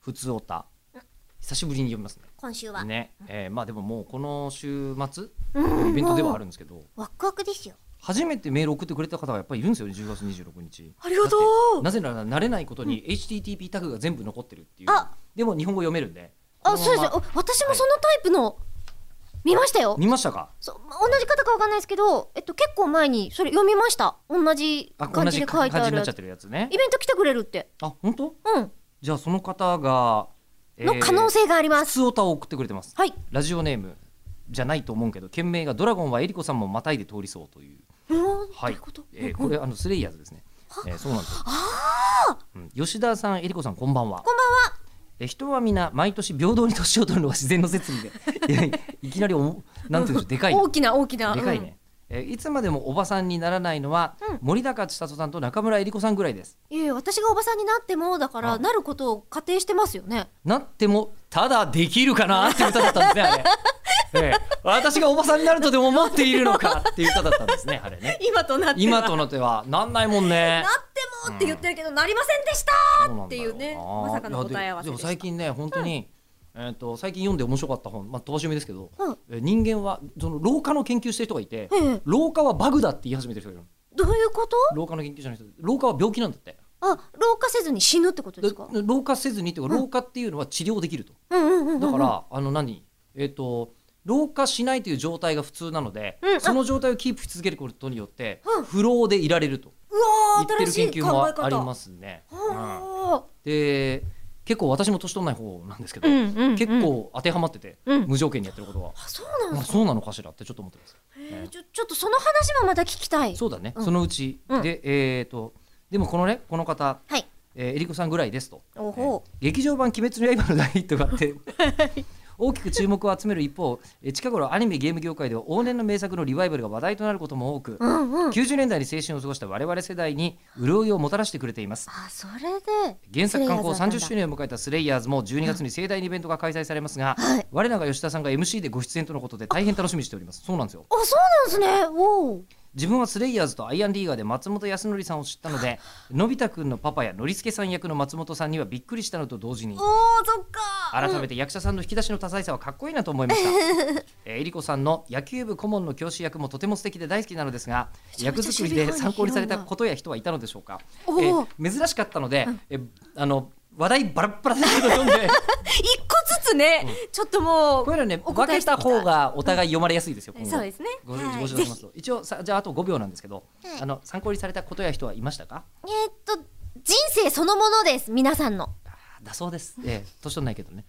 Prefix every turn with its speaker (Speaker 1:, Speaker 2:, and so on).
Speaker 1: 普通おた久しぶりに読みますね
Speaker 2: 今週は、
Speaker 1: ね、えーまあでももうこの週末
Speaker 2: うん
Speaker 1: イベントではあるんですけど
Speaker 2: ワクワクですよ
Speaker 1: 初めてメール送ってくれた方がやっぱりいるんですよね10月26日
Speaker 2: ありがとう
Speaker 1: なぜなら慣れないことに HTTP タグが全部残ってるっていう
Speaker 2: あ
Speaker 1: でも日本語読めるんで
Speaker 2: あそうです
Speaker 1: このま
Speaker 2: よ
Speaker 1: ま
Speaker 2: お私もそのタイプの見ましたよ
Speaker 1: 見ましたか
Speaker 2: そうま同じ方かわかんないですけど、えっと、結構前にそれ読みました同じ
Speaker 1: あ
Speaker 2: 感
Speaker 1: 同
Speaker 2: じ
Speaker 1: じ
Speaker 2: で書
Speaker 1: 感
Speaker 2: い
Speaker 1: じ
Speaker 2: てあ
Speaker 1: に
Speaker 2: る
Speaker 1: な
Speaker 2: や
Speaker 1: っちゃっ
Speaker 2: つ
Speaker 1: てるやつね
Speaker 2: イベント来てくれるって
Speaker 1: あ本当
Speaker 2: うん
Speaker 1: じゃあその方が、え
Speaker 2: の可能性がありま
Speaker 1: 普
Speaker 2: す、
Speaker 1: 通おたを送ってくれてます
Speaker 2: はい
Speaker 1: ラジオネームじゃないと思うけど件名がドラゴンはエリコさんもまたいで通りそうという
Speaker 2: うん
Speaker 1: はい
Speaker 2: どういうこと、
Speaker 1: えー
Speaker 2: う
Speaker 1: こ
Speaker 2: んこんばん
Speaker 1: れあのスレイヤーズですね。えーそうなんですよ。うん吉田さん、えりこさん、こんばんは。
Speaker 2: は
Speaker 1: えー人は皆毎年平等に年を取るのは自然の説理で、いやいきなりおもなんていうんでしょう、でかいね、
Speaker 2: 大きな大きな
Speaker 1: でかいね。えーいつまでもおばさんにならないのは、
Speaker 2: うん
Speaker 1: 森高千里さんと中村えりこさんぐらいです。
Speaker 2: うんいやいや私がおばさんになってもだから
Speaker 1: あ
Speaker 2: なることを仮定してますよね
Speaker 1: なってもただできるかなっていう歌だったんですね。あれえー私がおばさんになるとでも思っているのかっていう歌だったんですね。あれね。
Speaker 2: 今となっては
Speaker 1: 今となってはなんないもんね
Speaker 2: な。ってもって言ってるけど、なりませんでしたっていうね
Speaker 1: そ
Speaker 2: ま
Speaker 1: な
Speaker 2: さ
Speaker 1: んだ
Speaker 2: か
Speaker 1: よな
Speaker 2: の答え合わせ
Speaker 1: いやで
Speaker 2: でし
Speaker 1: も
Speaker 2: た
Speaker 1: 最近ね本当に、えー、と最近読んで面白かった本、まあ、飛ばし読みですけど、
Speaker 2: うん
Speaker 1: えー人間はその老化の研究してる人がいて、
Speaker 2: ええ
Speaker 1: 老化はバグだって言い始めてる人がいるの
Speaker 2: どういうこと
Speaker 1: 老化の研究者の人老化は病気なんだって
Speaker 2: あ老化せずに死ぬってことですか
Speaker 1: で老化せずにっていうか老化っていうのは治療できると、
Speaker 2: うんうんうんうん
Speaker 1: だからあの何えっ、と老化しないという状態が普通なので、
Speaker 2: うんあ
Speaker 1: その状態をキープし続けることによって、
Speaker 2: うん
Speaker 1: 不老でいられると
Speaker 2: う
Speaker 1: 言
Speaker 2: わ
Speaker 1: っ
Speaker 2: ー
Speaker 1: てる
Speaker 2: 新
Speaker 1: 研
Speaker 2: しい
Speaker 1: 究
Speaker 2: 考
Speaker 1: も
Speaker 2: え方
Speaker 1: ありますね。うん
Speaker 2: は
Speaker 1: で結構私も年取らない方なんですけ
Speaker 2: あ
Speaker 1: ど、
Speaker 2: うんうんうん
Speaker 1: 結構当てはまってて、
Speaker 2: うん
Speaker 1: 無条件にやってることは、
Speaker 2: あそうなん
Speaker 1: ま
Speaker 2: で
Speaker 1: あ、
Speaker 2: す
Speaker 1: そうなのかしらってちょっと思ってます、
Speaker 2: え
Speaker 1: え
Speaker 2: ー
Speaker 1: え
Speaker 2: ちょちょっとその話もまた聞きたい
Speaker 1: そうだね、
Speaker 2: うん
Speaker 1: そのうち、
Speaker 2: うん
Speaker 1: でえっ、とでもこのねこの方、
Speaker 2: はい
Speaker 1: えー、えりこさんぐらいですと、
Speaker 2: おほ
Speaker 1: えー劇場版「鬼滅の刃」の大ヒットがあ って大きく注目を集める一方えー近頃アニメゲーム業界では往年の名作のリバイバルが話題となることも多く、
Speaker 2: うんうん
Speaker 1: 90年代に青春を過ごした我々世代に潤いをもたらしてくれています
Speaker 2: あそれで
Speaker 1: 原作刊行30周
Speaker 2: 年
Speaker 1: 年を迎えたスレイヤーズも12月に盛大にイベントが開催されますが、
Speaker 2: はい
Speaker 1: 我らが吉田さんが MC でご出演とのことで大変楽しみにしておりますそうなんですよ
Speaker 2: あそうなんですねおお
Speaker 1: 自分はスレイヤーズとアイアンリーガーで松本康則さんを知ったのでのび太くんのパパやのりすけさん役の松本さんにはびっくりしたのと同時に
Speaker 2: おおそっか
Speaker 1: 改
Speaker 2: て
Speaker 1: めて役者さんの引き出しの多彩さはかっこいいなと思いました、えーえりこさんの野球部顧問の教師役もとても素敵で大好きなのですが
Speaker 2: ちゃめち
Speaker 1: 役
Speaker 2: ゃ
Speaker 1: 作り
Speaker 2: 種類
Speaker 1: で
Speaker 2: が
Speaker 1: 参考にされた
Speaker 2: 広いな
Speaker 1: ことや人はいたのでしょうか、え
Speaker 2: おー
Speaker 1: ー珍しかったので、えーあの話題バラッバラですけど読んで
Speaker 2: 一個ずつねちょっともう
Speaker 1: こういうのね
Speaker 2: お
Speaker 1: 分
Speaker 2: 答え
Speaker 1: け
Speaker 2: してい
Speaker 1: た
Speaker 2: きたい
Speaker 1: 方がお互い読まれやすいですよ、今後
Speaker 2: そうですね
Speaker 1: ご
Speaker 2: はい
Speaker 1: ご指導しますと一応さじゃああと5秒なんですけど、あの参考にされたことや人はいましたか
Speaker 2: えーっと人生そのものです皆さんの
Speaker 1: あーだそうです、えー、年取んないけどね